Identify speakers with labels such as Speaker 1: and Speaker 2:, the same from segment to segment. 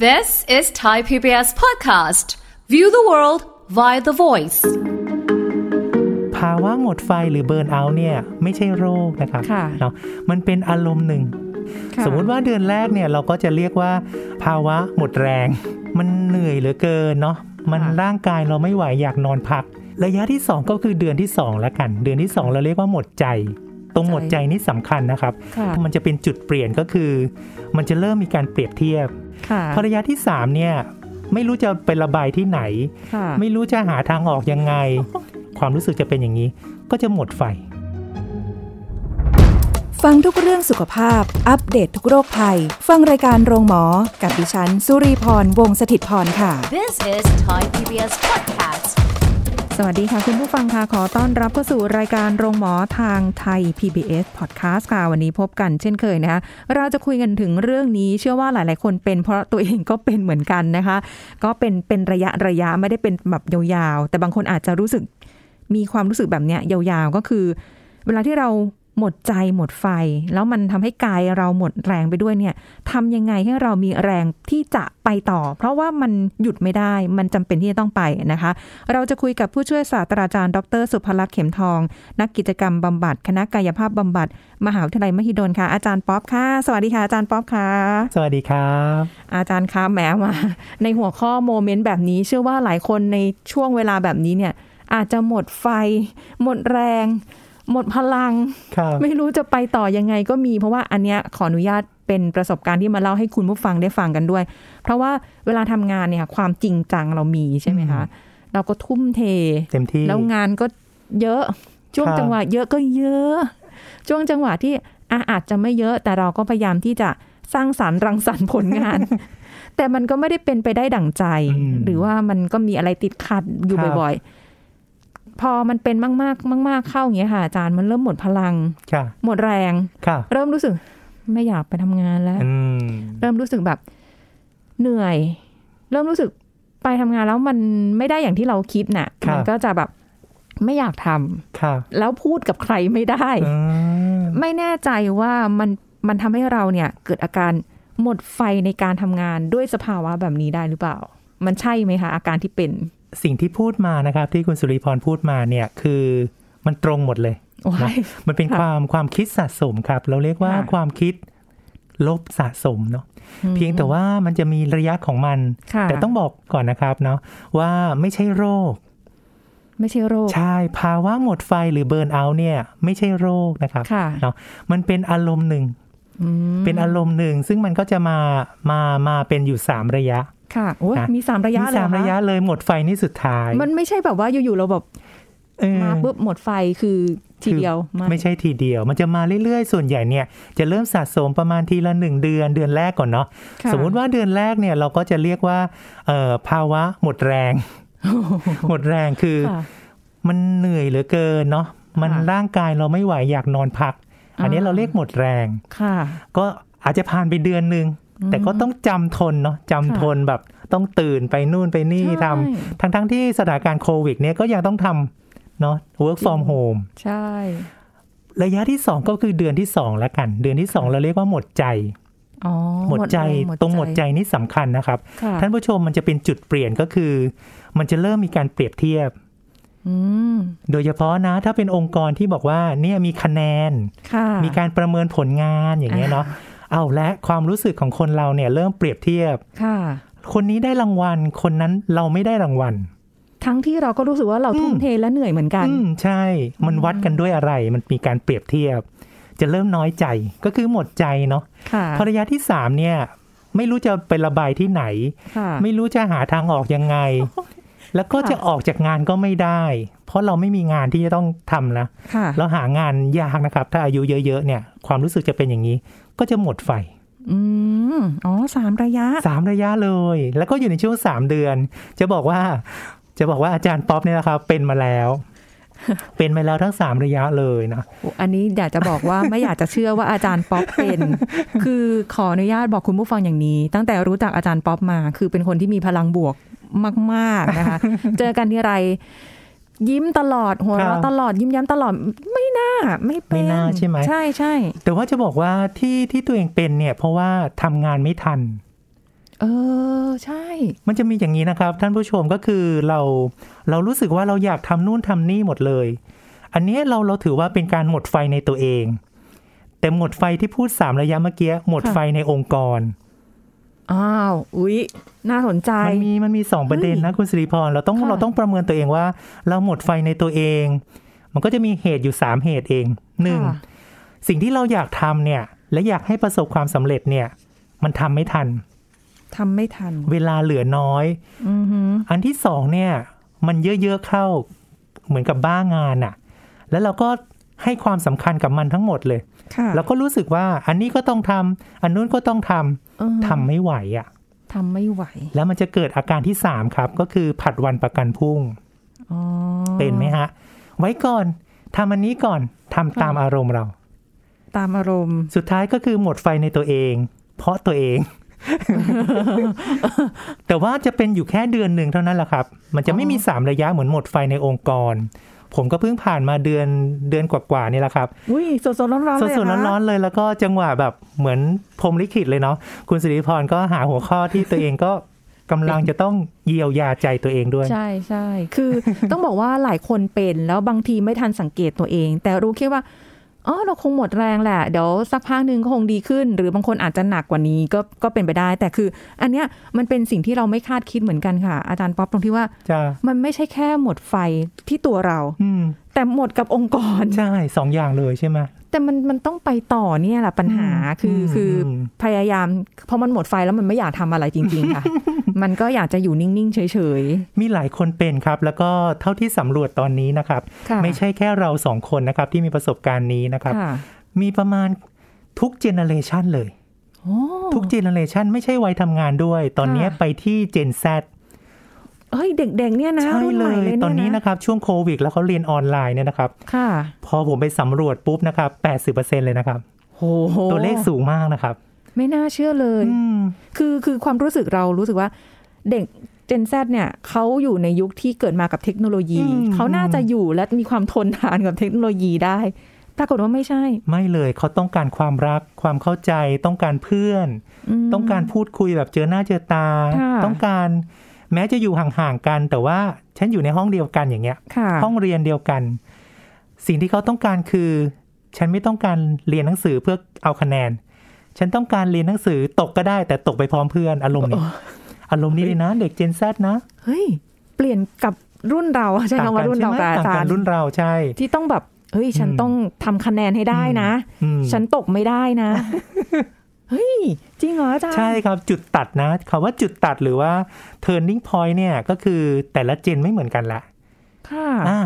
Speaker 1: This is Thai PBS podcast. View the world via the voice.
Speaker 2: ภาวะหมดไฟหรือเบิร์นเอาท์เนี่ยไม่ใช่โรคนะครับ
Speaker 3: ค่ะ
Speaker 2: เนาะมันเป็นอารมณ์หนึ่ง
Speaker 3: ค่ะ
Speaker 2: สมมุติว่าเดือนแรกเนี่ยเราก็จะเรียกว่า ภาวะหมดแรง มันเหนื่อยเหลือเกินเนาะมัน
Speaker 3: ค่ะ
Speaker 2: ร่างกายเราไม่ไหวอยากนอนพัก ระยะที่ 2 ก็คือเดือนที่2ละกัน เดือนที่ 2 เราเรียกว่าหมดใจ ตรงหมดใจนี่สำคัญนะครับ
Speaker 3: ค่ะ
Speaker 2: มันจะเป็นจุดเปลี่ยนก็คือ มันจะเริ่มมีการเปรียบเทียบ
Speaker 3: ค่ะ
Speaker 2: พอระยะที่สามเนี่ยไม่รู้จะไประบายที่ไหน
Speaker 3: ค่ะ
Speaker 2: ไม่รู้จะหาทางออกยังไง ความรู้สึกจะเป็นอย่างนี้ ก็จะหมดไฟ
Speaker 4: ฟังทุกเรื่องสุขภาพ อัปเดตทุกโรคภัย ฟังรายการโรงหมอ กับดิฉัน สุรีพร วงศสถิตพรค่ะ
Speaker 1: This is Thai PBS podcast.
Speaker 3: สวัสดีค่ะ คุณผู้ฟังค่ะ ขอต้อนรับเข้าสู่รายการโรงหมอทางไทย PBS Podcast ค่ะ วันนี้พบกันเช่นเคยนะคะ เราจะคุยกันถึงเรื่องนี้เชื่อว่าหลาย ๆ คนเป็นเพราะตัวเองก็เป็นเหมือนกันนะคะ ก็เป็นเป็นระยะระยะไม่ได้เป็นแบบยาวๆ แต่บางคนอาจจะรู้สึกมีความรู้สึกแบบเนี้ยยาวๆ ก็คือ เวลาที่เราหมดใจหมดไฟ แล้วมันทำให้กายเราหมดแรงไปด้วยเนี่ยทำยังไงให้เรามีแรงที่จะไปต่อ เพราะว่ามันหยุดไม่ได้ มันจำเป็นที่จะต้องไปนะคะ เราจะคุยกับผู้ช่วยศาสตราจารย์ดร สุภลักษณ์เข็มทอง นักกิจกรรมบำบัด คณะกายภาพบำบัด มหาวิทยาลัยมหิดลค่ะ อาจารย์ป๊อปค่ะ สวัสดีค่ะอาจารย์ป๊อปค่ะ
Speaker 2: สวัสดีครับ
Speaker 3: อาจารย์คะแหมมา ในหัวข้อโมเมนต์แบบนี้ เชื่อว่าหลายคนในช่วงเวลาแบบนี้เนี่ย อาจจะหมดไฟ หมดแรง หมดพลัง
Speaker 2: ครับ
Speaker 3: ไม่รู้จะไปต่อยังไงก็มี เพราะว่าอันเนี้ยขออนุญาตเป็นประสบการณ์ที่มาเล่าให้คุณผู้ฟังได้ฟังกันด้วย เพราะว่าเวลาทำงานเนี่ยความจริงจังเรามีใช่ไหมคะเราก็ทุ่มเท
Speaker 2: เต็มที่
Speaker 3: แล้วงานก็เยอะช่วง
Speaker 2: ครับ
Speaker 3: จังหวะเยอะก็เยอะ ช่วงจังหวะที่อะอาจจะไม่เยอะ แต่เราก็พยายามที่จะสร้างสารรค์รังสรรค์ผลงาน แต่มันก็ไม่ได้เป็นไปได้ดั่งใจ
Speaker 2: อืม
Speaker 3: หรือว่ามันก็มีอะไรติดขัดอยู่
Speaker 2: ครับ
Speaker 3: บ่อยๆ พอมันเป็นมากๆ มาก ๆ เข้าอย่างเงี้ยค่ะอาจารย์มันเริ่มหมดพลัง
Speaker 2: ค่ะ
Speaker 3: หมดแรง
Speaker 2: ค่ะ
Speaker 3: เริ่มรู้สึกไม่อยากไปทำงานแล้ว
Speaker 2: อืม
Speaker 3: เริ่มรู้สึกแบบเหนื่อย เริ่มรู้สึกไปทำงานแล้วมันไม่ได้อย่างที่เราคิดน่ะ
Speaker 2: ครับ
Speaker 3: มัก็จะแบบไม่อยากทำ
Speaker 2: ค่ะ
Speaker 3: แล้วพูดกับใครไม่ได้
Speaker 2: อืม
Speaker 3: ไม่แน่ใจว่ามันมันทำให้เราเนี่ยเกิดอาการหมดไฟในการทำงานด้วยสภาวะแบบนี้ได้หรือเปล่า มันใช่ไหมคะอาการที่เป็น
Speaker 2: สิ่งที่พูดมานะครับ ที่คุณสุริพรพูดมาเนี่ยคือมันตรงหมดเลย
Speaker 3: โอ้
Speaker 2: นะ
Speaker 3: ย
Speaker 2: มันเป็น
Speaker 3: ค่ะ
Speaker 2: ความความคิดสะสมครับ เราเรียกว่า
Speaker 3: ค่ะ
Speaker 2: ความคิดลบสะสมเนาะเพียงแต่ว่ามันจะมีระยะของมัน
Speaker 3: ค่ะ
Speaker 2: แต่ต้องบอกก่อนนะครับเนาะว่าไม่ใช่โรค
Speaker 3: ไม่ใช่โรค
Speaker 2: ใช่ ภาวะหมดไฟหรือเบิร์นเอาท์เนี่ยไม่ใช่โรคนะครับ
Speaker 3: ค่ะ
Speaker 2: เนาะมันเป็นอารมณ์หนึ่ง
Speaker 3: อืม
Speaker 2: เป็นอารมณ์หนึ่ง ซึ่งมันก็จะมามามาเป็นอยู่ 3 ระยะ
Speaker 3: ค่ะโอ้ย
Speaker 2: นะ
Speaker 3: มีสามระยะ
Speaker 2: มี
Speaker 3: เลยเห
Speaker 2: สาร
Speaker 3: อ
Speaker 2: ม
Speaker 3: ค
Speaker 2: ระยะเลยหมดไฟนี่สุดท้าย
Speaker 3: มันไม่ใช่แบบว่าอยู่ๆเราแบบ
Speaker 2: เออ
Speaker 3: มาปุ๊บหมดไฟคือทีเดียว
Speaker 2: ไม่ใช่ทีเดียว มันจะมาเรื่อยๆ ส่วนใหญ่เนี่ยจะเริ่มสะสมประมาณทีละ 1 เดือนเดือนแรกก่อนเนาะ
Speaker 3: ค่ะ
Speaker 2: สมมุติว่าเดือนแรกเนี่ยเราก็จะเรียกว่าเอ่อภาวะหมดแรง หมดแรงคือ
Speaker 3: ค่ะ
Speaker 2: มันเหนื่อยเหลือเกินเนาะมัน
Speaker 3: ค่ะ
Speaker 2: ร่างกายเราไม่ไหวอยากนอนพัก อันนี้
Speaker 3: อ่า
Speaker 2: เราเรียกหมดแรง
Speaker 3: ค่ะ
Speaker 2: ก็อาจจะผ่านไปเดือนหนึ่ง แต่ก็ต้องจำทนเนาะจำทนแบบต้องตื่นไปนู่นไปนี่
Speaker 3: ใช่
Speaker 2: ทำทั้งทั้งๆที่สถานการณ์โควิดเนี่ยก็ยังต้องทำเนาะ work from home
Speaker 3: ใช่
Speaker 2: ระยะที่ 2 ก็คือเดือนที่2ละกัน เดือนที่ 2 เราเรียกว่าหมดใจ
Speaker 3: อ๋อ
Speaker 2: หมดใจ
Speaker 3: แ
Speaker 2: ตรงหมดใจนี่สำคัญนะครับ
Speaker 3: ค่ะ
Speaker 2: ท่านผู้ชมมันจะเป็นจุดเปลี่ยนก็คือ มันจะเริ่มมีการเปรียบเทียบ
Speaker 3: อืม
Speaker 2: โดยเฉพาะนะถ้าเป็นองค์กรที่บอกว่าเนี่ยมีคะแนน
Speaker 3: ค่ะ
Speaker 2: มีการประเมินผลงานอย่างเงี้ยเนาะ เอาและความรู้สึกของคนเราเนี่ยเริ่มเปรียบเทียบ
Speaker 3: ค่ะ
Speaker 2: คนนี้ได้รางวัล คนนั้นเราไม่ได้รางวัล
Speaker 3: ทั้งที่เราก็รู้สึกว่าเรา
Speaker 2: อืม
Speaker 3: ทุ่มเทและเหนื่อยเหมือนกัน
Speaker 2: อืมใช่ มันวัดกันด้วยอะไร มันมีการเปรียบเทียบ จะเริ่มน้อยใจ ก็คือหมดใจเนาะ
Speaker 3: ค่ะ
Speaker 2: ภรรยาที่สามเนี่ย ไม่รู้จะไประบายที่ไหน
Speaker 3: ค่ะ
Speaker 2: ไม่รู้จะหาทางออกยัง ไง แล้วก็
Speaker 3: ค่ะ
Speaker 2: จะออกจากงานก็ไม่ได้ เพราะเราไม่มีงานที่จะต้องทำนะ
Speaker 3: ค่ะ
Speaker 2: เราหางานยากนะครับ ถ้าอายุเยอะๆเนี่ย ความรู้สึกจะเป็นอย่างนี้ ก็จะหมดไฟ
Speaker 3: อืมอ๋อสามระยะ
Speaker 2: สามระยะเลย แล้วก็อยู่ในช่วงสามเดือน จะบอกว่า จะบอกว่าอาจารย์ป๊อปเนี่ยนะครับ เป็นมาแล้ว เป็นมาแล้วทั้งสามระยะเลยนะ
Speaker 3: อันนี้อยากจะบอกว่า ไม่อยากจะเชื่อว่าอาจารย์ป๊อปเป็น คือขออนุญาตบอกคุณผู้ฟังอย่างนี้ ตั้งแต่รู้จักอาจารย์ป๊อปมา คือเป็นคนที่มีพลังบวกมากๆนะคะ เจอกันที่ไร ยิ้มตลอดหัว
Speaker 2: ครั
Speaker 3: เราะ
Speaker 2: บ
Speaker 3: ตลอดยิ้มแย้มตลอดไม่น่าไม่เป็น
Speaker 2: ไม่น่าใช่ไหม
Speaker 3: ใช่ใช่
Speaker 2: แต่ว่าจะบอกว่าที่ที่ตัวเองเป็นเนี่ย เพราะว่าทำงานไม่ทัน
Speaker 3: เออ อใช่
Speaker 2: มันจะมีอย่างนี้นะครับ ท่านผู้ชมก็คือเราเรารู้สึกว่าเราอยากทำนู่นทำนี่หมดเลย อันเนี้ยเราเราถือว่าเป็นการหมดไฟในตัวเอง แต่หมดไฟที่พูดสามระยะเมื่อกี้หมด
Speaker 3: ค่ะ
Speaker 2: ไฟในองค์กร
Speaker 3: อ้าว อุ๊ย น่าสนใจ
Speaker 2: มันมีมันมีสองประเด็นนะคุณสิริพรเราต้อง
Speaker 3: ค่ะ
Speaker 2: เราต้องประเมินตัวเองว่า เราหมดไฟในตัวเอง มันก็จะมีเหตุอยู่สามเหตุเองหนึ่ง
Speaker 3: ค่ะ
Speaker 2: สิ่งที่เราอยากทำเนี่ย และอยากให้ประสบความสำเร็จเนี่ย มันทำไม่ทัน
Speaker 3: ทำไม่ทัน
Speaker 2: เวลาเหลือน้อย
Speaker 3: อือหือ
Speaker 2: อันที่สองเนี่ย มันเยอะๆเข้าเหมือนกับบ้างานอะแล้วเราก็ให้ความสำคัญกับมันทั้งหมดเลย
Speaker 3: ค่ะ
Speaker 2: แล้วก็รู้สึกว่าอันนี้ก็ต้องทำอันนู้นก็ต้องทำ
Speaker 3: อือ
Speaker 2: ทำไม่ไหวอะ
Speaker 3: ทำไม่ไหว
Speaker 2: แล้วมันจะเกิดอาการที่สามครับ ก็คือผัดวันประกันพรุ่ง
Speaker 3: อ๋อ
Speaker 2: เป็นไหมฮะ ไว้ก่อนทำอันนี้ก่อนทำตามอารมณ์เรา
Speaker 3: ตามอารมณ์
Speaker 2: สุดท้ายก็คือหมดไฟในตัวเอง เพราะตัวเอง แต่ว่าจะเป็นอยู่แค่เดือนหนึ่งเท่านั้นแหละครับ มันจะไม่มีสามระยะเหมือนหมดไฟในองค์กร ผมก็เพิ่งผ่านมาเดือนเดือนกว่าๆนี่แหละครับ
Speaker 3: อุ้ยสดๆร้อนๆเลย
Speaker 2: สดๆร้อนๆเลยแล้วก็จังหวะแบบเหมือนพรหมลิขิตเลยเนาะคุณสิริพรก็หาหัวข้อที่ตัวเองก็กำลังจะต้องเยียวยาใจตัวเองด้วย
Speaker 3: ๆใช่ใช่ คือ ต้องบอกว่าหลายคนเป็นแล้วบางทีไม่ทันสังเกตตัวเอง แต่รู้แค่ว่า อ๋อ เราคงหมดแรงแหละ เดี๋ยวสักพักหนึ่งก็คงดีขึ้น หรือบางคนอาจจะหนักกว่านี้ก็ก็เป็นไปได้ แต่คือ อันเนี้ยมันเป็นสิ่งที่เราไม่คาดคิดเหมือนกันค่ะ อาจารย์ป๊อปตรงที่ว่า
Speaker 2: จ้า
Speaker 3: มันไม่ใช่แค่หมดไฟที่ตัวเรา
Speaker 2: อืม
Speaker 3: แต่หมดกับองค์กร
Speaker 2: ใช่สองอย่างเลยใช่ไหม
Speaker 3: แต่มันมันต้องไปต่อเนี่ยแหละปัญหา
Speaker 2: อืม
Speaker 3: คือ
Speaker 2: ม
Speaker 3: คืออ
Speaker 2: ม
Speaker 3: พยายามพอมันหมดไฟแล้วมันไม่อยากทำอะไรจริง ๆ ค่ะ มันก็อยากจะอยู่นิ่ง ๆ เฉย
Speaker 2: มีหลายคนเป็นครับ แล้วก็เท่าที่สำรวจตอนนี้นะครับ
Speaker 3: ๆ ค่ะ
Speaker 2: ไม่ใช่แค่เราสองคนนะครับ ที่มีประสบการณ์นี้นะครับ
Speaker 3: ค่ะ
Speaker 2: มีประมาณทุกเจเนอเรชันเลย
Speaker 3: โอ้
Speaker 2: ทุกเจเนอเรชันไม่ใช่วัยทำงานด้วย ตอนนี้
Speaker 3: ค่ะ
Speaker 2: ไปที่เจนแซ
Speaker 3: เอ้ยเด็ก ๆ เนี่ยนะ
Speaker 2: ใช่
Speaker 3: รุ่นใหม่เลย
Speaker 2: ตอนนี้
Speaker 3: เย
Speaker 2: นะครับช่วงโควิด แล้วเขาเรียนออนไลน์เนี่ยนะครับ
Speaker 3: ค่ะ
Speaker 2: พอผมไปสำรวจปุ๊บนะครับ 80%เลยนะครับ
Speaker 3: โอ้โห
Speaker 2: ตัวเลขสูงมากนะครับ
Speaker 3: ไม่น่าเชื่อเลย
Speaker 2: อืม
Speaker 3: คือคือความรู้สึกเรารู้สึกว่าเด็ก Gen Z เนี่ยเขาอยู่ในยุคที่เกิดมากับเทคโนโลยี
Speaker 2: อืม
Speaker 3: เขาน่าจะอยู่และมีความทนทานกับเทคโนโลยีได้ ปรากฏว่าไม่ใช่
Speaker 2: ไม่เลยเขาต้องการความรักความเข้าใจต้องการเพื่อน
Speaker 3: ม
Speaker 2: ต้องการพูดคุยแบบเจอหน้าเจอตา
Speaker 3: ค่ะ
Speaker 2: ต้องการแม้จะอยู่ห่างๆกัน แต่ว่าฉันอยู่ในห้องเดียวกันอย่างเงี้ย
Speaker 3: ค่ะ
Speaker 2: ห้องเรียนเดียวกัน สิ่งที่เขาต้องการคือ ฉันไม่ต้องการเรียนหนังสือเพื่อเอาคะแนน ฉันต้องการเรียนหนังสือตกก็ได้แต่ตกไปพร้อมเพื่อนอารมณ์นี้อารมณ์นี้เลยนะ เด็กเจนแซนะ
Speaker 3: เฮ้ย เปลี่ยนกับรุ่นเราใช่คำว่ารุ่นเราแต่
Speaker 2: ต่างกัใช่ไหม
Speaker 3: อา
Speaker 2: ต่าง
Speaker 3: จา
Speaker 2: กั
Speaker 3: ร
Speaker 2: น
Speaker 3: ย์
Speaker 2: รุ่นเราใช่
Speaker 3: ที่ต้องแบบ เฮ้ย ฉัน
Speaker 2: อืม
Speaker 3: ต้องทำคะแนนให้ได้นะ
Speaker 2: อืม
Speaker 3: ฉันตกไม่ได้นะ เฮ้ย จริงเหรออาจารย์
Speaker 2: ใช่ครับจุดตัดนะคำว่าจุดตัดหรือว่า turning point เนี่ยก็คือแต่ละเจนไม่เหมือนกันละ
Speaker 3: ค่ะ
Speaker 2: อ่า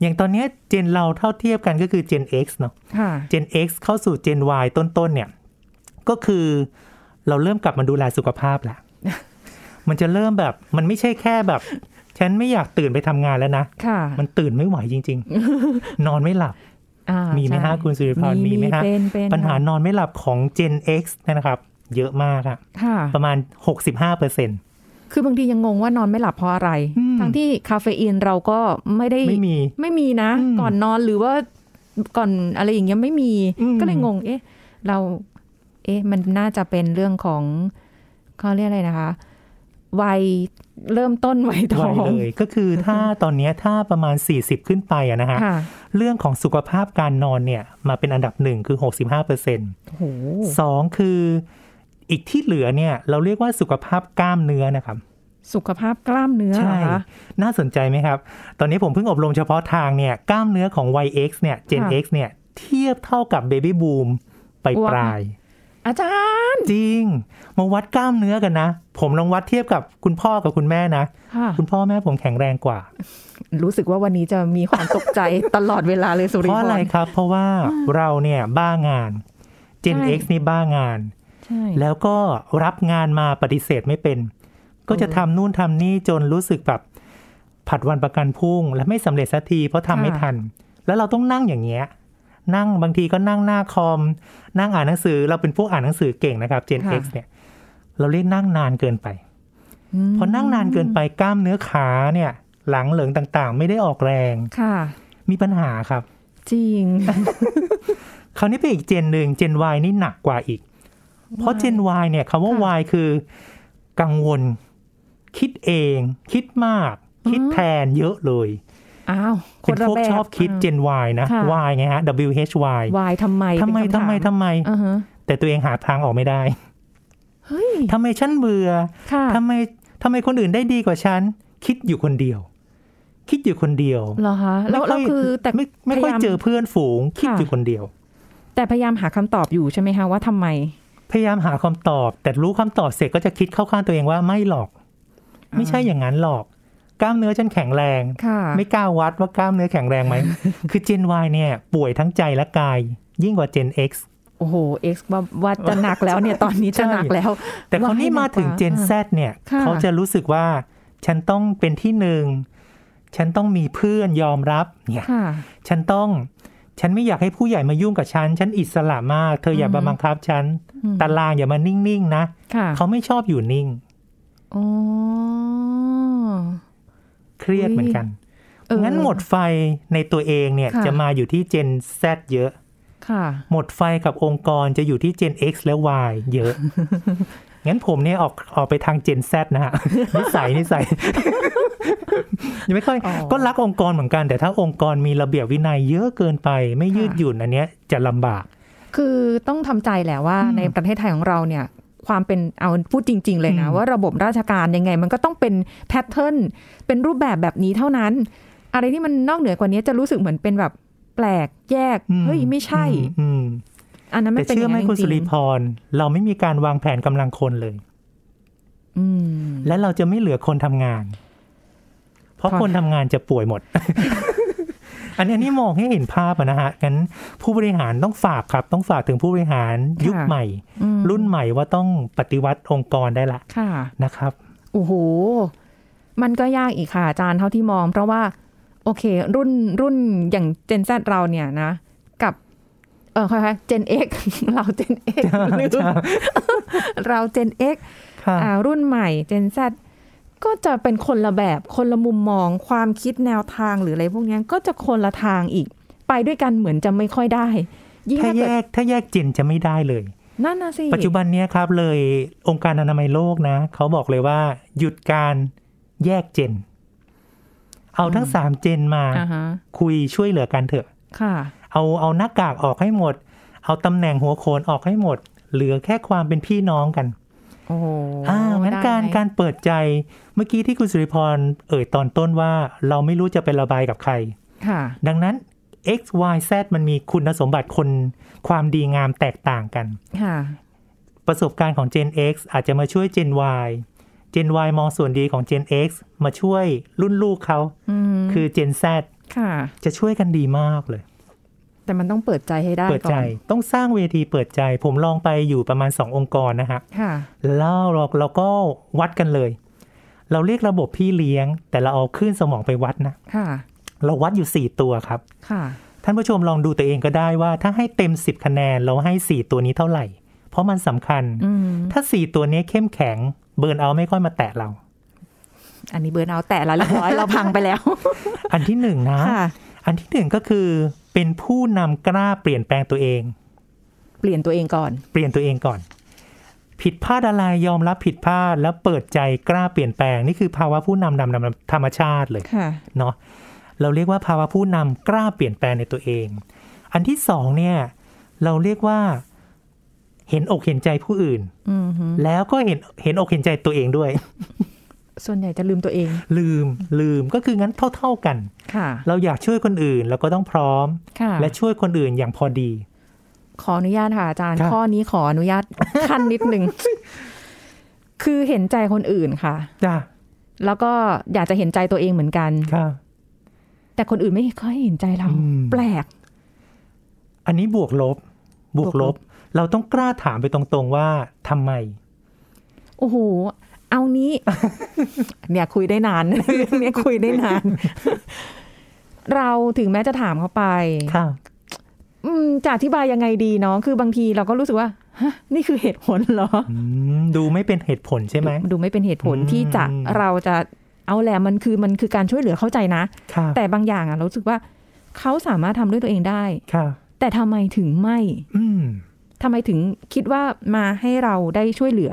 Speaker 2: อย่างตอนเนี้ยเจนเราเท่าเทียบกันก็คือ Gen X เนาะ
Speaker 3: ค่ะ
Speaker 2: Gen X เข้าสู่ Gen Y ต้นๆเนี่ย ก็คือเราเริ่มกลับมาดูแลสุขภาพ ละ มันจะเริ่มแบบมันไม่ใช่แค่แบบ ฉันไม่อยากตื่นไปทำงานแล้วนะ
Speaker 3: ค่ะ
Speaker 2: มันตื่นไม่ไหวจริง ๆ นอนไม่หลับ
Speaker 3: อ่า
Speaker 2: มีไหม
Speaker 3: ใช่
Speaker 2: ฮะคุณสุริพรมีไหมฮะ
Speaker 3: เป็นเป็น
Speaker 2: ปัญหานอนไม่หลับของ Gen X นะครับ เยอะมากอะ
Speaker 3: ค่ะ
Speaker 2: ประมาณ 65เปอร์เซ็นต์
Speaker 3: คือบางทียังงงว่านอนไม่หลับเพราะอะไร
Speaker 2: อืม
Speaker 3: ทั้งที่คาเฟอีนเราก็ไม่ได้
Speaker 2: ไม่มี
Speaker 3: ไม่มีนะ
Speaker 2: อืม
Speaker 3: ก่อนนอนหรือว่าก่อนอะไรอย่างเงี้ยไม่มี
Speaker 2: อืม
Speaker 3: ก็เลยงง เอ๊ะ เรา เอ๊ะ มันน่าจะเป็นเรื่องของเขาเรียกอะไรนะคะ วัยเริ่มต้นวัยท
Speaker 2: ไว
Speaker 3: อง
Speaker 2: เลยก็คือถ้าตอนเนี้ยถ้าประมาณ 40 ขึ้นไปอะนะฮะ
Speaker 3: ค่ะ
Speaker 2: เรื่องของสุขภาพการนอนเนี่ยมาเป็นอันดับหนึ่งคือ 65เปอร์เซ็นต์
Speaker 3: โอ้โห
Speaker 2: สองคืออีกที่เหลือเนี่ยเราเรียกว่าสุขภาพกล้ามเนื้อนะครับ
Speaker 3: สุขภาพกล้ามเนื้อเหรอคะ
Speaker 2: น่าสนใจไหมครับ ตอนนี้ผมเพิ่งอบรมเฉพาะทางเนี่ยกล้ามเนื้อของ YX เนี่ย Gen
Speaker 3: ค่ะ
Speaker 2: X เนี่ยเทียบเท่ากับ Baby Boom ไปปลาย
Speaker 3: อาจารย์
Speaker 2: จริง มาวัดกล้ามเนื้อกันนะ ผมลองวัดเทียบกับคุณพ่อกับคุณแม่นะ
Speaker 3: ค่ะ
Speaker 2: คุณพ่อแม่ผมแข็งแรงกว่า
Speaker 3: รู้สึกว่าวันนี้จะมีความตกใจ ตลอดเวลาเลยสุริ
Speaker 2: เพราะ
Speaker 3: พ
Speaker 2: อะไร
Speaker 3: ร
Speaker 2: ครับ เพราะว่าเราเนี่ยบ้างาน Gen
Speaker 3: ใช่
Speaker 2: X นี่บ้างาน
Speaker 3: ใช่
Speaker 2: แล้วก็รับงานมาปฏิเสธไม่เป็น ก็จะทำนู่นทำนี่จนรู้สึกแบบผัดวันประกันพรุ่ง และไม่สำเร็จสักทีเพราะทำไม่ทัน แล้วเราต้องนั่งอย่างเงี้ย นั่งบางทีก็นั่งหน้าคอม นั่งอ่านหนังสือ เราเป็นพวกอ่านหนังสือเก่งนะครับ Gen X เนี่ย เราเรียกนั่งนานเกินไป
Speaker 3: ม
Speaker 2: พอนั่งนานเกินไปกล้ามเนื้อขาเนี่ย หลังเหลิงต่างๆ ไม่ได้ออกแรง
Speaker 3: ค่ะ
Speaker 2: มีปัญหาครับ
Speaker 3: จริ ง
Speaker 2: คราวนี้เป็นอีกเจนหนึ่งเจน Y นี่หนักกว่าอีก เพราะเจน Y เนี่ยคำว่า
Speaker 3: ค่ะ
Speaker 2: Y คือกังวล คิดเอง คิดมาก คิดแทนเยอะเลย
Speaker 3: อ้าวค
Speaker 2: เป็น
Speaker 3: นละ
Speaker 2: พวก
Speaker 3: แบบ
Speaker 2: ชอบคิด
Speaker 3: า
Speaker 2: Gen Y นะ
Speaker 3: ค่ะ
Speaker 2: Y ไงฮะ W H Y
Speaker 3: วายทำไม
Speaker 2: ทำไม
Speaker 3: เป็นคำ
Speaker 2: ทำไม
Speaker 3: ถา
Speaker 2: ทำไม
Speaker 3: อ่าฮะ
Speaker 2: แต่ตัวเองหาทางออกไม่ได้
Speaker 3: เฮ้ย
Speaker 2: ทำไมฉันเบื่อ
Speaker 3: ค่ะ
Speaker 2: ทำไมทำไมคนอื่นได้ดีกว่าฉัน คิดอยู่คนเดียว คิดอยู่คนเดียว
Speaker 3: เหรอคะแล้วเรา
Speaker 2: ไม่ย
Speaker 3: คือแต่
Speaker 2: ไม่ไม่ค่อย
Speaker 3: พยายาม
Speaker 2: เจอเพื่อนฝูง คิด
Speaker 3: ค่ะ
Speaker 2: อยู่คนเดียว
Speaker 3: แต่พยายามหาคำตอบอยู่ใช่ไหมคะว่าทำไม
Speaker 2: พยายามหาคำตอบ แต่รู้คำตอบเสร็จก็จะคิดเข้าข้างตัวเองว่าไม่หรอก ไม่ใช่อย่างนั้นหรอก กล้ามเนื้อฉันแข็งแรง
Speaker 3: ค่ะ
Speaker 2: ไม่กล้าวัดว่ากล้ามเนื้อแข็งแรงไหม คือ Gen Y เนี่ย ป่วยทั้งใจและกาย ยิ่งกว่า Gen X
Speaker 3: โอ้โหเอ็กซ์ว่าจะหนักแล้ว เนี่ยตอนนี้จะหนักแล้ว
Speaker 2: แต่คนนี้มาถึง Gen Z เนี่ย
Speaker 3: ค่ะ
Speaker 2: เขาจะรู้สึกว่า ฉันต้องเป็นที่หนึ่ง ฉันต้องมีเพื่อนยอมรับ เนี่ย
Speaker 3: ค่ะ
Speaker 2: ฉันต้อง ฉันไม่อยากให้ผู้ใหญ่มายุ่งกับฉัน ฉันอิสระมาก เธออย่า
Speaker 3: อือฮึ
Speaker 2: มาบังคับฉัน
Speaker 3: อืม
Speaker 2: ตารางอย่ามานิ่งๆนะ
Speaker 3: ค่ะ
Speaker 2: เขาไม่ชอบอยู่นิ่ง
Speaker 3: อ๋อ
Speaker 2: เครียดเหมือนกัน
Speaker 3: เออ
Speaker 2: งั้นหมดไฟในตัวเองเนี่ย
Speaker 3: ค่ะ
Speaker 2: จะมาอยู่ที่ Gen Z เยอะ
Speaker 3: ค่ะ
Speaker 2: หมดไฟกับองค์กรจะอยู่ที่ Gen X และ Y เย อะ งั้นผมเนี่ยออกออกไปทาง Gen Z นะฮ ะ นิสัยนิสัย ยังไม่ค่อย
Speaker 3: อ๋อ
Speaker 2: ก็รักองค์กรเหมือนกัน แต่ถ้าองค์กรมีระเบียบวินัยเยอะเกินไป ไม่ยืด
Speaker 3: ค่ะ
Speaker 2: หยุ่นอันเนี้ยจะลำบาก
Speaker 3: คือต้องทำใจแหละว่าในประเทศไทยของเราเนี่ย ความเป็นเอาพูดจริง ๆ เลยนะ
Speaker 2: อืม
Speaker 3: ว่าระบบราชการยังไง มันก็ต้องเป็นแพทเทิร์นเป็นรูปแบบแบบนี้เท่านั้น อะไรที่มันนอกเหนือกว่านี้จะรู้สึกเหมือนเป็นแบบแปลกแยก
Speaker 2: อื
Speaker 3: เฮ้ยไม่ใช่
Speaker 2: อืมอืม
Speaker 3: อันนั้น
Speaker 2: แต่
Speaker 3: ไม่เป็น
Speaker 2: เชื่
Speaker 3: อ
Speaker 2: อย่าง ไหม
Speaker 3: นั้น
Speaker 2: คุณ
Speaker 3: จ
Speaker 2: สุริ
Speaker 3: ริง
Speaker 2: พร เราไม่มีการวางแผนกำลังคนเลย
Speaker 3: ๆอืม
Speaker 2: และเราจะไม่เหลือคนทำงาน เพราะ
Speaker 3: พอ
Speaker 2: คนทำงานจะป่วยหมด อันนี้อันนี่มองให้เห็นภาพอะนะฮะงั้นผู้บริหารต้องฝากครับ ต้องฝากถึงผู้บริหารยุคใหม่
Speaker 3: อืม
Speaker 2: รุ่นใหม่ว่าต้องปฏิวัติองค์กรได้ละ
Speaker 3: ค่ะ
Speaker 2: นะครับ
Speaker 3: โอ้โห มันก็ยากอีกค่ะอาจารย์เท่าที่มอง เพราะว่า โอเค รุ่นรุ่นอย่างเจน Z เราเนี่ยนะ กับ เออค่ะเจน X เราเจน X ลืม เราเจน X
Speaker 2: ค่ะ
Speaker 3: อ่ารุ่นใหม่เจน Z ก็จะเป็นคนละแบบคนละมุมมองความคิดแนวทางหรืออะไรพวกเนี้ยก็จะคนละทางอีก ไปด้วยกันเหมือนจะไม่ค่อยได้ ยิ่ง
Speaker 2: ถ้า
Speaker 3: ถ้า
Speaker 2: แย
Speaker 3: เกิด
Speaker 2: กถ้าแยกเจนจะไม่ได้เลย
Speaker 3: นั่นนะสิ
Speaker 2: ปัจจุบันเนี้ยครับ เลยองค์การอนามัยโลกนะ เขาบอกเลยว่า หยุดการแยกเจน เอาทั้งสามเจนมา
Speaker 3: อ่าฮะ
Speaker 2: คุยช่วยเหลือกันเถอะ
Speaker 3: ค่ะ
Speaker 2: เอาเอาหน้ากากออกให้หมด เอาตำแหน่งหัวโขนออกให้หมด เหลือแค่ความเป็นพี่น้องกัน
Speaker 3: โอ้โห
Speaker 2: อ่างั้น
Speaker 3: ได้
Speaker 2: การ
Speaker 3: ไหม
Speaker 2: การเปิดใจ เมื่อกี้ที่คุณสุริพร เอ่ยตอนต้นว่า เราไม่รู้จะไประบายกับใคร
Speaker 3: ค่ะ
Speaker 2: ดังนั้น x y z มันมีคุณสมบัติคนความดีงามแตกต่างกัน
Speaker 3: ค่ะ
Speaker 2: ประสบการณ์ของ Gen X อาจจะมาช่วย Gen Y Gen Y มองส่วนดีของ Gen X มาช่วยรุ่นลูกเขา
Speaker 3: อืม
Speaker 2: คือ Gen Z
Speaker 3: ค่ะ
Speaker 2: จะช่วยกันดีมากเลย
Speaker 3: แต่มันต้องเปิดใจให้ได้
Speaker 2: เปิดใจ
Speaker 3: ก่อน
Speaker 2: ต้องสร้างเวทีเปิดใจ ผมลองไปอยู่ประมาณ 2 องค์กรนะฮะ
Speaker 3: ค่ะ
Speaker 2: แล้วเราเราก็วัดกันเลย เราเรียกระบบพี่เลี้ยง แต่เราเอาขึ้นสมองไปวัดนะ
Speaker 3: ค่ะ
Speaker 2: เราวัดอยู่ 4 ตัวครับ
Speaker 3: ค่ะ
Speaker 2: ท่านผู้ชมลองดูตัวเองก็ได้ว่า ถ้าให้เต็ม 10 คะแนนเราให้ 4 ตัวนี้เท่าไหร่ เพราะมันสำคัญ
Speaker 3: อืม
Speaker 2: ถ้า 4 ตัวนี้เข้มแข็งเบิร์นเอาท์ไม่ค่อยมาแตะเรา
Speaker 3: อันนี้เบิร์นเอาแต่ละเรียบ ร้อย เราพังไปแล้ว
Speaker 2: อันที่หนึ่งนะ
Speaker 3: ค่ะ
Speaker 2: อันที่หนึ่งก็คือเป็นผู้นำกล้าเปลี่ยนแปลงตัวเอง
Speaker 3: เปลี่ยนตัวเองก่อน
Speaker 2: เปลี่ยนตัวเองก่อน ผิดพลาดอะไรยอมรับผิดพลาดแล้วเปิดใจกล้าเปลี่ยนแปลงนี่คือภาวะผู้นำนำนำธรรมชาติเลย
Speaker 3: ค่ะ
Speaker 2: เนาะเราเรียกว่าภาวะผู้นำกล้าเปลี่ยนแปลงในตัวเอง อันที่สองเนี่ยเราเรียกว่าเห็นอกเห็นใจผู้อื่น
Speaker 3: อืมฮึ
Speaker 2: แล้วก็เห็นเห็นอกเห็นใจตัวเองด้วย
Speaker 3: ส่วนใหญ่จะลืมตัวเอง
Speaker 2: ลืมลืมก็คืองั้นเท่า ๆกัน
Speaker 3: ค่ะ
Speaker 2: เราอยากช่วยคนอื่นเราก็ต้องพร้อม
Speaker 3: ค่ะ
Speaker 2: และช่วยคนอื่นอย่างพอดี
Speaker 3: ขออนุญาตค่ะอาจารย์
Speaker 2: ครับ
Speaker 3: ข้อนี้ขออนุญาต ขั้นนิดนึ ง คือเห็นใจคนอื่นค่ะ
Speaker 2: จ้า
Speaker 3: แล้วก็อยากจะเห็นใจตัวเองเหมือนกัน
Speaker 2: ค่ะ
Speaker 3: แต่คนอื่นไม่ค่อยเห็นใจเรา
Speaker 2: อืม
Speaker 3: แปลก
Speaker 2: อันนี้บวกลบ บวกลบ เราต้องกล้าถามไปตรงๆว่าทำไม
Speaker 3: โอ้โห เอานี้ เนี่ยคุยได้นาน เนี่ยคุยได้นาน เราถึงแม้จะถามเขาไป
Speaker 2: ค่ะ
Speaker 3: อืมจะอธิบายยังไงดีเนาะ คือบางทีเราก็รู้สึกว่า ฮะ นี่คือเหตุผลเหรอ
Speaker 2: อืมดูไม่เป็นเหตุผลใช่ไหม
Speaker 3: ดูไม่เป็นเหตุผล
Speaker 2: อืม
Speaker 3: ที่จะเราจะเอาแหละมันคือมันคือการช่วยเหลือเข้าใจนะ
Speaker 2: ค่ะ
Speaker 3: แต่บางอย่างอะเรารู้สึกว่า เขาสามารถทำด้วยตัวเองได้
Speaker 2: ค่ะ
Speaker 3: แต่ทำไมถึงไม่
Speaker 2: อืม
Speaker 3: ทำไมถึงคิดว่ามาให้เราได้ช่วยเหลือ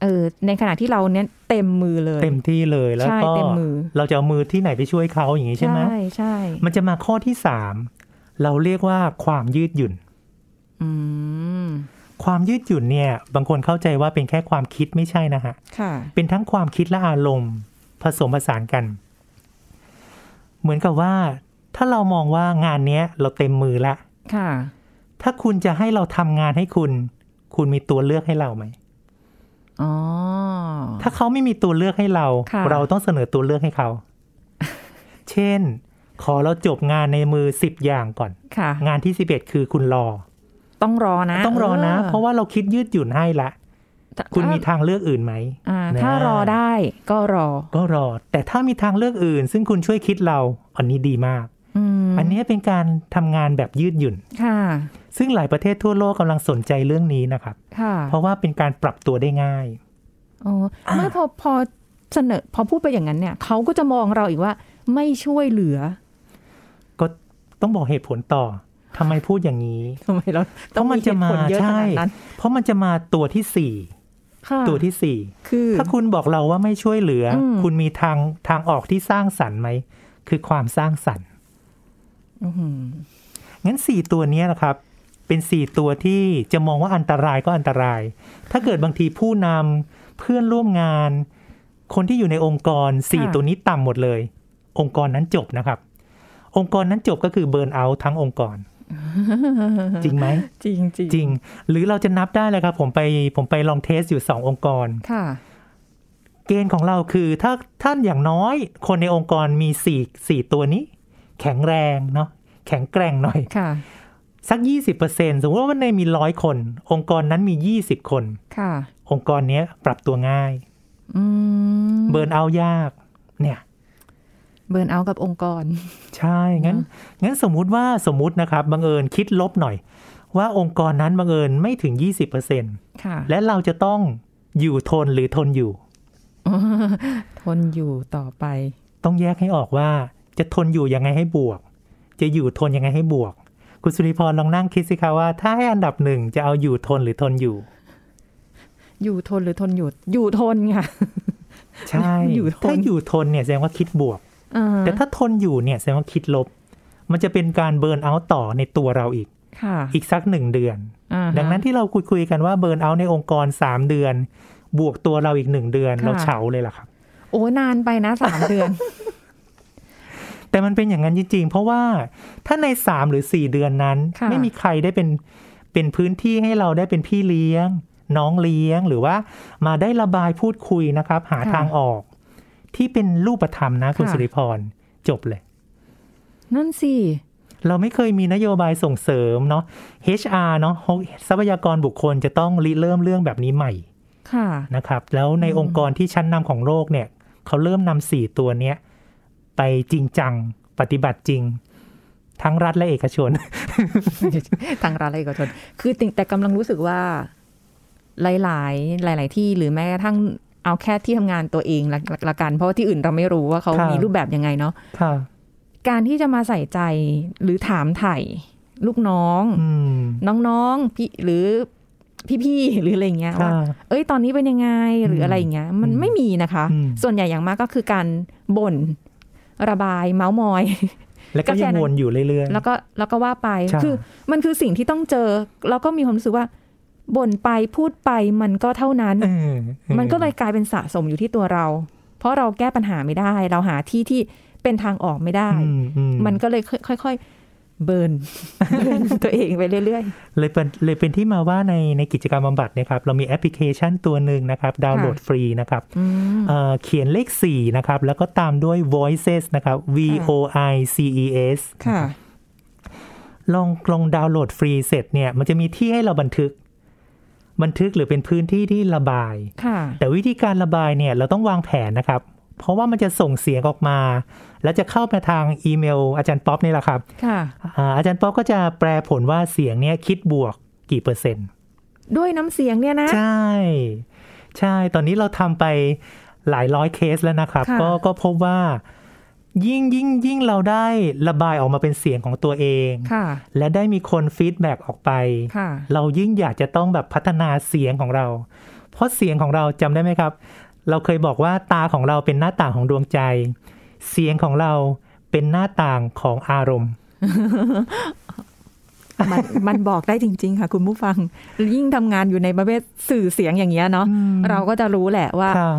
Speaker 3: เอ เออในขณะที่เราเนี้ยเต็มมือเลย
Speaker 2: เต็มที่เลยแล้ว
Speaker 3: ใช่
Speaker 2: ก็
Speaker 3: เต็มมือ
Speaker 2: เราจะเอามือที่ไหนไปช่วยเขาอย่างนี้ใช่ไหม
Speaker 3: ใช่ใช่
Speaker 2: มันจะมาข้อที่สามเราเรียกว่าความยืดหยุ่น
Speaker 3: อืม
Speaker 2: ความยืดหยุ่นเนี่ย บางคนเข้าใจว่าเป็นแค่ความคิดไม่ใช่นะฮะ
Speaker 3: ค่ะ
Speaker 2: เป็นทั้งความคิดและอารมณ์ ผสมผสานกัน เหมือนกับว่า ถ้าเรามองว่างานเนี้ย เราเต็มมือละ
Speaker 3: ค่ะ
Speaker 2: ถ้าคุณจะให้เราทำงานให้คุณ คุณมีตัวเลือกให้เราไหม
Speaker 3: อ๋อ
Speaker 2: ถ้าเขาไม่มีตัวเลือกให้เรา
Speaker 3: ค่ะ
Speaker 2: เราต้องเสนอตัวเลือกให้เขา เช่น ขอเราจบงานในมือสิบอย่างก่อน
Speaker 3: ค่ะ
Speaker 2: งานที่สิบเอ็ดคือคุณรอ
Speaker 3: ต้องรอนะ
Speaker 2: ต้องรอนะ เพราะว่าเราคิดยืดหยุ่นให้ละ
Speaker 3: ถ้า
Speaker 2: คุณมีทางเลือกอื่นไหม
Speaker 3: อ่า
Speaker 2: นะ
Speaker 3: ถ้ารอได้ก็รอ
Speaker 2: ก็รอ แต่ถ้ามีทางเลือกอื่น ซึ่งคุณช่วยคิดเรา อันนี้ดีมาก
Speaker 3: อืม
Speaker 2: อันนี้เป็นการทำงานแบบยืดหยุ่น
Speaker 3: ค่ะ
Speaker 2: ซึ่งหลายประเทศทั่วโลกกำลังสนใจเรื่องนี้นะครับ
Speaker 3: ค่ะ
Speaker 2: เพราะว่าเป็นการปรับตัวได้ง่าย
Speaker 3: อ๋อไม่พอพอเสนอพอพูดไปอย่างนั้นเนี่ยเขาก็จะมองเราอีกว่า ไม่ช่วยเหลือ
Speaker 2: ก็ต้องบอกเหตุผลต่อทำไมพูดอย่างนี้
Speaker 3: ทำไมเรา
Speaker 2: ต้องมันจะมา
Speaker 3: เหตุผลเยอะข
Speaker 2: ใช่
Speaker 3: นาดนั้น
Speaker 2: เพราะมันจะมาตัวที่สี่
Speaker 3: ค่ะ
Speaker 2: ตัวที่สี่
Speaker 3: คือ
Speaker 2: ถ้าคุณบอกเราว่าไม่ช่วยเหลืออ
Speaker 3: ม
Speaker 2: คุณมีทางทางออกที่สร้างสรรค์ไหมคือความสร้างสรรค์
Speaker 3: อื้อหือ
Speaker 2: งั้นสี่ตัวเนี้ยนะครับ เป็นสี่ตัวที่จะมองว่าอันตรายก็อันตราย ถ้าเกิดบางทีผู้นำเพื่อนร่วมงาน คนที่อยู่ในองค์กรสี่ตัวนี้ต่ำหมดเลย องค์กรนั้นจบนะครับ องค์กรนั้นจบก็คือเบิร์นเอาท์ทั้งองค์กร จริงไหม
Speaker 3: จริงจริง
Speaker 2: จริง หรือเราจะนับได้เลยครับผมไปผมไปลองเทสอยู่ 2 องค์กร
Speaker 3: ค่ะ
Speaker 2: เกณฑ์ของเราคือถ้าท่านอย่างน้อยคนในองค์กรมี4 4ตัวนี้ แข็งแรงเนาะแข็งแกร่งหน่อย
Speaker 3: ค่ะ
Speaker 2: สัก 20%สมมติว่าวันในมีร้อยคน องค์กรนั้นมี 20 คน
Speaker 3: ค่ะ
Speaker 2: องค์กรเนี้ยปรับตัวง่าย
Speaker 3: อืม
Speaker 2: เบิร์นเอาท์ยากเนี่ย
Speaker 3: เบิร์นเอาท์กับองค์กร
Speaker 2: ใช่งั้นงั้นสมมุติว่าสมมุตินะครับบังเอิญคิดลบหน่อย ว่าองค์กรนั้นบังเอิญไม่ถึง 20%
Speaker 3: ค่ะ
Speaker 2: และเราจะต้องอยู่ทนหรือทนอยู่
Speaker 3: ทนอยู่ต่อไป
Speaker 2: ต้องแยกให้ออกว่าจะทนอยู่ยังไงให้บวก จะอยู่ทนยังไงให้บวก คุณสุริพรลองนั่งคิดสิคะว่า ถ้าให้อันดับหนึ่งจะเอาอยู่ทนหรือทนอยู่
Speaker 3: อยู่ทนหรือทนอยู่อยู่ทนค่ะ
Speaker 2: ใช่
Speaker 3: อยู่ทน
Speaker 2: ถ้าอยู่ทนเนี่ยแสดงว่าคิดบวก
Speaker 3: อ่า
Speaker 2: แต่ถ้าทนอยู่เนี่ยแสดงว่าคิดลบ มันจะเป็นการเบิร์นเอาท์ต่อในตัวเราอีก
Speaker 3: ค่ะ
Speaker 2: อีกสักหนึ่งเดือน
Speaker 3: อ่าฮะ
Speaker 2: ดังนั้นที่เราคุยคุยๆกันว่าเบิร์นเอาท์ในองค์กร 3 เดือน บวกตัวเราอีกหนึ่งเดือน
Speaker 3: ค่ะ
Speaker 2: เราเฉาเลยล่ะครับ
Speaker 3: โอ้นานไปนะสามเดือน
Speaker 2: แต่มันเป็นอย่างนั้นจริงๆ เพราะว่าถ้าใน 3 หรือ 4 เดือนนั้น
Speaker 3: ค่ะ
Speaker 2: ไม่มีใครได้เป็นเป็นพื้นที่ให้เราได้เป็นพี่เลี้ยง น้องเลี้ยงหรือว่ามาได้ระบายพูดคุยนะครับ หาทางออก ที่เป็นรูปธรรมนะคุณสุริพรจบเลย
Speaker 3: นั่นสิ
Speaker 2: เราไม่เคยมีนโยบายส่งเสริมเนาะ HR เนาะทรัพยากรบุคคลจะต้องริเริ่มเรื่องแบบนี้ใหม่
Speaker 3: ค่ะ
Speaker 2: นะครับ แล้วในองค์กรที่ชั้นนำของโลกเนี่ย เขาเริ่มนำสี่ตัวเนี้ยไปจริงจังปฏิบัติจริง ทั้งรัฐและเอกชน
Speaker 3: ทางร้านอะไรก็ชนคือติ่งแต่กำลังรู้สึกว่า หลาย ๆ หลาย ๆ ที่หรือแม้กระทั่งเอาแค่ที่ทำงานตัวเองละละละกัน เพราะว่าที่อื่นเราไม่รู้ว่าเขา
Speaker 2: ครับ
Speaker 3: มีรูปแบบยังไงเนาะ
Speaker 2: ค่ะ
Speaker 3: การที่จะมาใส่ใจหรือถามไถ่ลูกน้อง
Speaker 2: อืม
Speaker 3: น้องๆพี่หรือพี่ ๆ หรืออะไรอย่างเงี้ยว่า
Speaker 2: ค่ะ
Speaker 3: เอ้ย ตอนนี้เป็นยังไง หรือ
Speaker 2: ม
Speaker 3: อะไรอย่างเงี้ย มัน
Speaker 2: อืม
Speaker 3: ไม่มีนะคะ
Speaker 2: อืม
Speaker 3: ส่วนใหญ่อย่างมากก็คือการบ่น ระบาย เมาส์มอย
Speaker 2: แล้วก็
Speaker 3: ก็แค่
Speaker 2: ยัง
Speaker 3: นั้น
Speaker 2: วนอยู่เรื่อย
Speaker 3: แล้วก็แล้วก็ว่าไป
Speaker 2: ใช่
Speaker 3: คือ มันคือสิ่งที่ต้องเจอ แล้วก็มีความรู้สึกว่าบ่นไปพูดไปมันก็เท่านั้น
Speaker 2: ๆเออออ
Speaker 3: มันก็เลยกลายเป็นสะสมอยู่ที่ตัวเรา เพราะเราแก้ปัญหาไม่ได้ เราหาที่ที่เป็นทางออกไม่ได้
Speaker 2: อืมอื
Speaker 3: มันก็เลยค่อยๆ เบิร์น เบิร์น ตัวเองไปเรื่อย
Speaker 2: เลยเป็นเลยเป็นที่มาว่าในในกิจกรรมบำบัดเนะครับ เรามีแอปพลิเคชันตัวหนึ่งนะครับ ดาวน์โหลดฟรีนะครับ
Speaker 3: ๆ อืม
Speaker 2: เอ่อเขียนเลข 4 นะครับ แล้วก็ตามด้วย voices นะครับ v o i c e s
Speaker 3: ค่ะ
Speaker 2: ลองลองดาวน์โหลดฟรีเสร็จเนี่ย มันจะมีที่ให้เราบันทึก บันทึกหรือเป็นพื้นที่ที่ระบาย
Speaker 3: ค่ะ
Speaker 2: แต่วิธีการระบายเนี่ย เราต้องวางแผนนะครับ เพราะว่ามันจะส่งเสียงออกมา แล้วจะเข้ามาทางอีเมลอาจารย์ป๊อปนี่แหละครับ
Speaker 3: ค่ะ
Speaker 2: อ่าอาจารย์ป๊อปก็จะแปลผลว่าเสียงเนี่ยคิดบวกกี่เปอร์เซ็นต์
Speaker 3: ด้วยน้ำเสียงเนี่ยนะ
Speaker 2: ใช่ ใช่ ตอนนี้เราทำไปหลายร้อยเคสแล้วนะครับ
Speaker 3: ค่ะ
Speaker 2: ก็ก็พบว่ายิ่งยิ่งยิ่งเราได้ระบายออกมาเป็นเสียงของตัวเอง
Speaker 3: ค่ะ
Speaker 2: และได้มีคนฟีดแบ็กออกไป
Speaker 3: ค่ะ
Speaker 2: เรายิ่งอยากจะต้องแบบพัฒนาเสียงของเรา เพราะเสียงของเราจำได้ไหมครับ เราเคยบอกว่าตาของเราเป็นหน้าต่างของดวงใจ เสียงของเราเป็นหน้าต่างของอารมณ์
Speaker 3: มันมันบอกได้จริง ๆ ค่ะ คุณผู้ฟัง ยิ่งทำงานอยู่ในประเภทสื่อเสียงอย่างเงี้ยเนาะ
Speaker 2: อืม
Speaker 3: เราก็จะรู้แหละว่า
Speaker 2: ค่ะ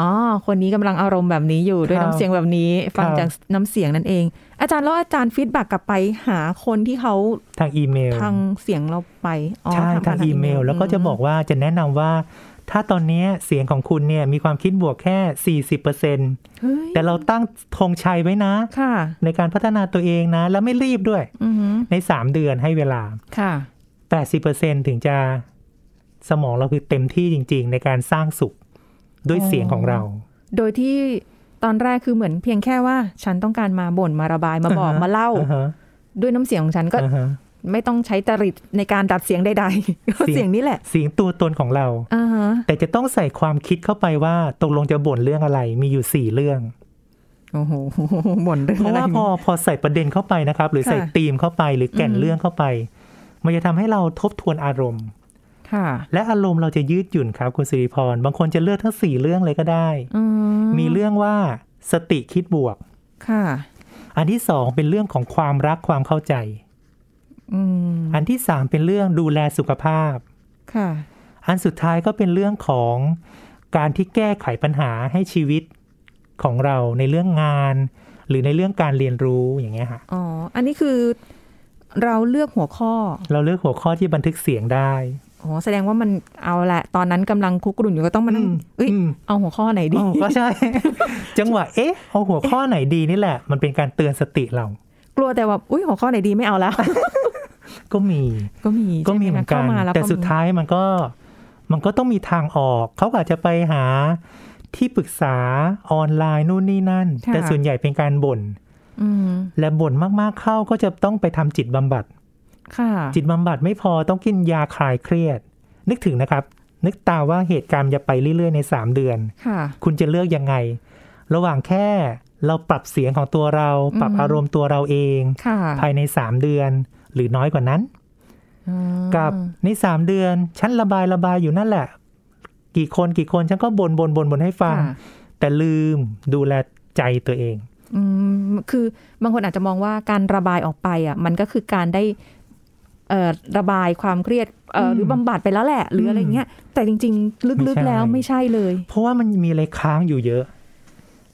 Speaker 3: อ๋อ คนนี้กำลังอารมณ์แบบนี้อยู่ด้วย
Speaker 2: ครับ
Speaker 3: น้ำเสียงแบบนี้ ฟัง
Speaker 2: ครับ
Speaker 3: จากน้ำเสียงนั่นเอง อาจารย์แล้วอาจารย์ฟีดแบ็กกลับไปหาคนที่เขา
Speaker 2: ทางอีเมล
Speaker 3: ทางเสียงเราไปอ๋อ
Speaker 2: ใช่
Speaker 3: ผ่
Speaker 2: ทาน ง
Speaker 3: ท
Speaker 2: อีเมล แล้วก็จะบอกว่าจะแนะนำว่า ถ้าตอนเนี้ยเสียงของคุณเนี่ยมีความคิดบวกแค่ 40%
Speaker 3: เฮ้ย
Speaker 2: แต่เราตั้งธงชัยไว้นะ
Speaker 3: ค่ะ
Speaker 2: ในการพัฒนาตัวเองนะ แล้วไม่รีบด้วย
Speaker 3: อือหือ
Speaker 2: ใน 3 เดือนให้เวลา
Speaker 3: ค่ะ
Speaker 2: 80%ถึงจะสมองเราคือเต็มที่จริง ๆ ในการสร้างสุขด้วย
Speaker 3: อ๋อ
Speaker 2: เสียงของเรา
Speaker 3: โดยที่ตอนแรกคือเหมือนเพียงแค่ว่า ฉันต้องการมาบ่นมาระบายมาบอก
Speaker 2: อ่าฮะ
Speaker 3: มาเล่า
Speaker 2: อ่าฮะ
Speaker 3: ด้วยน้ำเสียงของฉันก็
Speaker 2: อ่าฮะ
Speaker 3: ไม่ต้องใช้จริตในการดัดเสียงใดๆก็
Speaker 2: เสียง
Speaker 3: เสียงนี้แหละ
Speaker 2: เสียงตัวตนของเรา
Speaker 3: อ่าฮะ
Speaker 2: แต่จะต้องใส่ความคิดเข้าไปว่าตกลงจะบ่นเรื่องอะไรมีอยู่ 4 เรื่อง
Speaker 3: โอ้โหบ่นเรื่อง
Speaker 2: เพ
Speaker 3: อะ
Speaker 2: ราะ
Speaker 3: ไร
Speaker 2: ว่าพอพอใส่ประเด็นเข้าไปนะครับ หรือใส่
Speaker 3: ค่ะ
Speaker 2: ธีมเข้าไปหรือแก่นเรื่องเข้าไป มันจะทำให้เราทบทวนอารมณ์
Speaker 3: ค่ะ
Speaker 2: และอารมณ์เราจะยืดหยุ่นครับ คุณสิริพร บางคนจะเลือกทั้ง 4 เรื่องเลยก็ได้
Speaker 3: อื
Speaker 2: มีเรื่องว่าสติคิดบวก
Speaker 3: ค่ะ
Speaker 2: อันที่ 2 เป็นเรื่องของความรักความเข้าใจ
Speaker 3: อืม
Speaker 2: อันที่ 3 เป็นเรื่องดูแลสุขภาพ
Speaker 3: ค่ะ
Speaker 2: อันสุดท้ายก็เป็นเรื่องของการที่แก้ไขปัญหาให้ชีวิตของเราในเรื่องงาน หรือในเรื่องการเรียนรู้อย่างเงี้ยค่ะ
Speaker 3: อ๋อ อันนี้คือเราเลือกหัวข้อ
Speaker 2: เราเลือกหัวข้อที่บันทึกเสียงได้
Speaker 3: อ๋อ แสดงว่ามันเอาแหละ ตอนนั้นกำลังคุกกรุ่นอยู่ก็ต้องมานั่ง
Speaker 2: อืม
Speaker 3: เอ้ย
Speaker 2: อืม
Speaker 3: เอาหัวข้อไหนดี
Speaker 2: อ๋อก็ใช่ จังหวะเอ๊ะเอาหัวข้อไหนดีนี่แหละ มันเป็นการเตือนสติเรา
Speaker 3: กลัวแต่ว่า อุ้ยหัวข้อไหนดีไม่เอาแล้ว
Speaker 2: ก็มี
Speaker 3: ก็มี
Speaker 2: ก็มีเหมือนกัน
Speaker 3: ใช่ไคะข้าาล้ว
Speaker 2: แต่สุดท้ายมันก็มันก็ต้องมีทางออก เขาอาจจะไปหาที่ปรึกษาออนไลน์นู่นนี่นั่น แต่ส่วนใหญ่เป็นการบ่น
Speaker 3: อืม
Speaker 2: และบ่นมากๆเข้าก็จะต้องไปทำจิตบำบัด
Speaker 3: ค่ะ
Speaker 2: จิตบำบัดไม่พอต้องกินยาคลายเครียด นึกถึงนะครับ นึกตามว่าเหตุการณ์จะไปเรื่อยๆ ใน 3 เดือน
Speaker 3: ค่ะ
Speaker 2: คุณจะเลือกยังไง ระหว่างแค่เราปรับเสียงของตัวเรา ปรับ
Speaker 3: อืม
Speaker 2: อารมณ์ตัวเราเอง
Speaker 3: ค่ะ
Speaker 2: ภายใน 3 เดือน หรือน้อยกว่านั้น
Speaker 3: อืม
Speaker 2: กับใน 3 เดือน ฉันระบายระบายอยู่นั่นแหละ กี่คนกี่คนฉันก็บน่นบน่นบน่นบ่นให้ฟัง
Speaker 3: ค่ะ
Speaker 2: แต่ลืมดูแลใจตัวเอง
Speaker 3: อืมคือบางคนอาจจะมองว่าการระบายออกไปอ่ะ มันก็คือการได้เอ่อระบายความเครียดเอ่ออ
Speaker 2: ม
Speaker 3: หรือบำบัดไปแล้วแหละหรืออะไรเงี้ย แต่จริง ๆ ลึก
Speaker 2: ไม่ใช่
Speaker 3: ๆแล้วไม่ใช่เลย
Speaker 2: เพราะว่ามันมีอะไรค้างอยู่เยอะ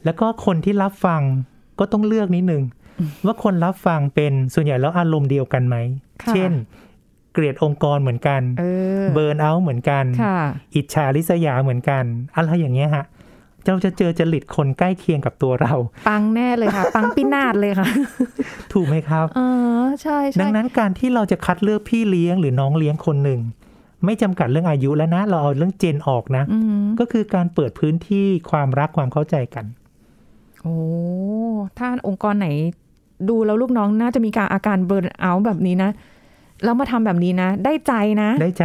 Speaker 2: แล้วก็คนที่รับฟังก็ต้องเลือกนิดนึง ว่าคนรับฟังเป็นส่วนใหญ่แล้วอารมณ์เดียวกันไหม
Speaker 3: ค่ะ
Speaker 2: เช่น เกลียดองค์กรเหมือนกัน
Speaker 3: เออ
Speaker 2: เบิร์นเอาท์เหมือนกัน
Speaker 3: ค่ะ
Speaker 2: อิจฉาริษยาเหมือนกัน อะไรอย่างเงี้ยฮะ เราจะเจอจริตคนใกล้เคียงกับตัวเรา
Speaker 3: ปังแน่เลยค่ะ ปังพินาศเลยค่ะ
Speaker 2: ถูกไหมครับ
Speaker 3: เออใช่
Speaker 2: ดั
Speaker 3: ใช่
Speaker 2: งนั้นการที่เราจะคัดเลือกพี่เลี้ยงหรือน้องเลี้ยงคนหนึ่ง ไม่จำกัดเรื่องอายุแล้วนะ เราเอาเรื่องเจนออกนะ
Speaker 3: อืม
Speaker 2: ก็คือการเปิดพื้นที่ความรักความเข้าใจกัน
Speaker 3: โอ้ถ้าองค์กรไหน ดูแล้วลูกน้องน่าจะมีการอาการเบิร์นเอาท์แบบนี้นะแล้วมาทำแบบนี้นะ ได้ใจนะ
Speaker 2: ได้ใจ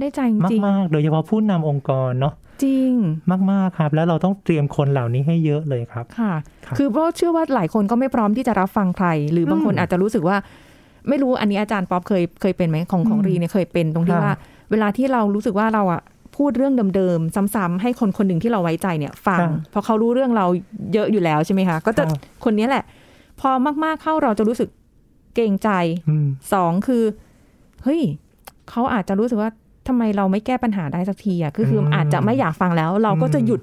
Speaker 3: ได้ใจจริง
Speaker 2: มากๆ โดยเฉพาะผู้นำองค์กรเนาะ
Speaker 3: จริง
Speaker 2: มากๆครับ แล้วเราต้องเตรียมคนเหล่านี้ให้เยอะเลยครับ
Speaker 3: ค่ะ
Speaker 2: ครับ
Speaker 3: คือเพราะเชื่อว่าหลายคนก็ไม่พร้อมที่จะรับฟังใคร หรือบางคนอาจจะรู้สึกว่า ไม่รู้อันนี้อาจารย์ป๊อปเคยเคยเป็นไหมของของ
Speaker 2: อืม
Speaker 3: รีเนี่ยเคยเป็นตรงที่
Speaker 2: ค่ะ
Speaker 3: ว่า เวลาที่เรารู้สึกว่าเราอะพูดเรื่องเดิมๆซ้ำๆให้คนคนหนึ่งที่เราไว้ใจเนี่ย ฟังเพราะเขารู้เรื่องเราเยอะอยู่แล้วใช่ไหมคะก็จะ
Speaker 2: ครับ
Speaker 3: คนนี้แหละ พอมากๆเข้าเราจะรู้สึกเกรงใจ
Speaker 2: อืม
Speaker 3: สองคือเฮ้ยเขาอาจจะรู้สึกว่าทำไมเราไม่แก้ปัญหาได้สักทีอะก็คืออ
Speaker 2: ม
Speaker 3: อาจจะไม่อยากฟังแล้ว เราก็จะหยุด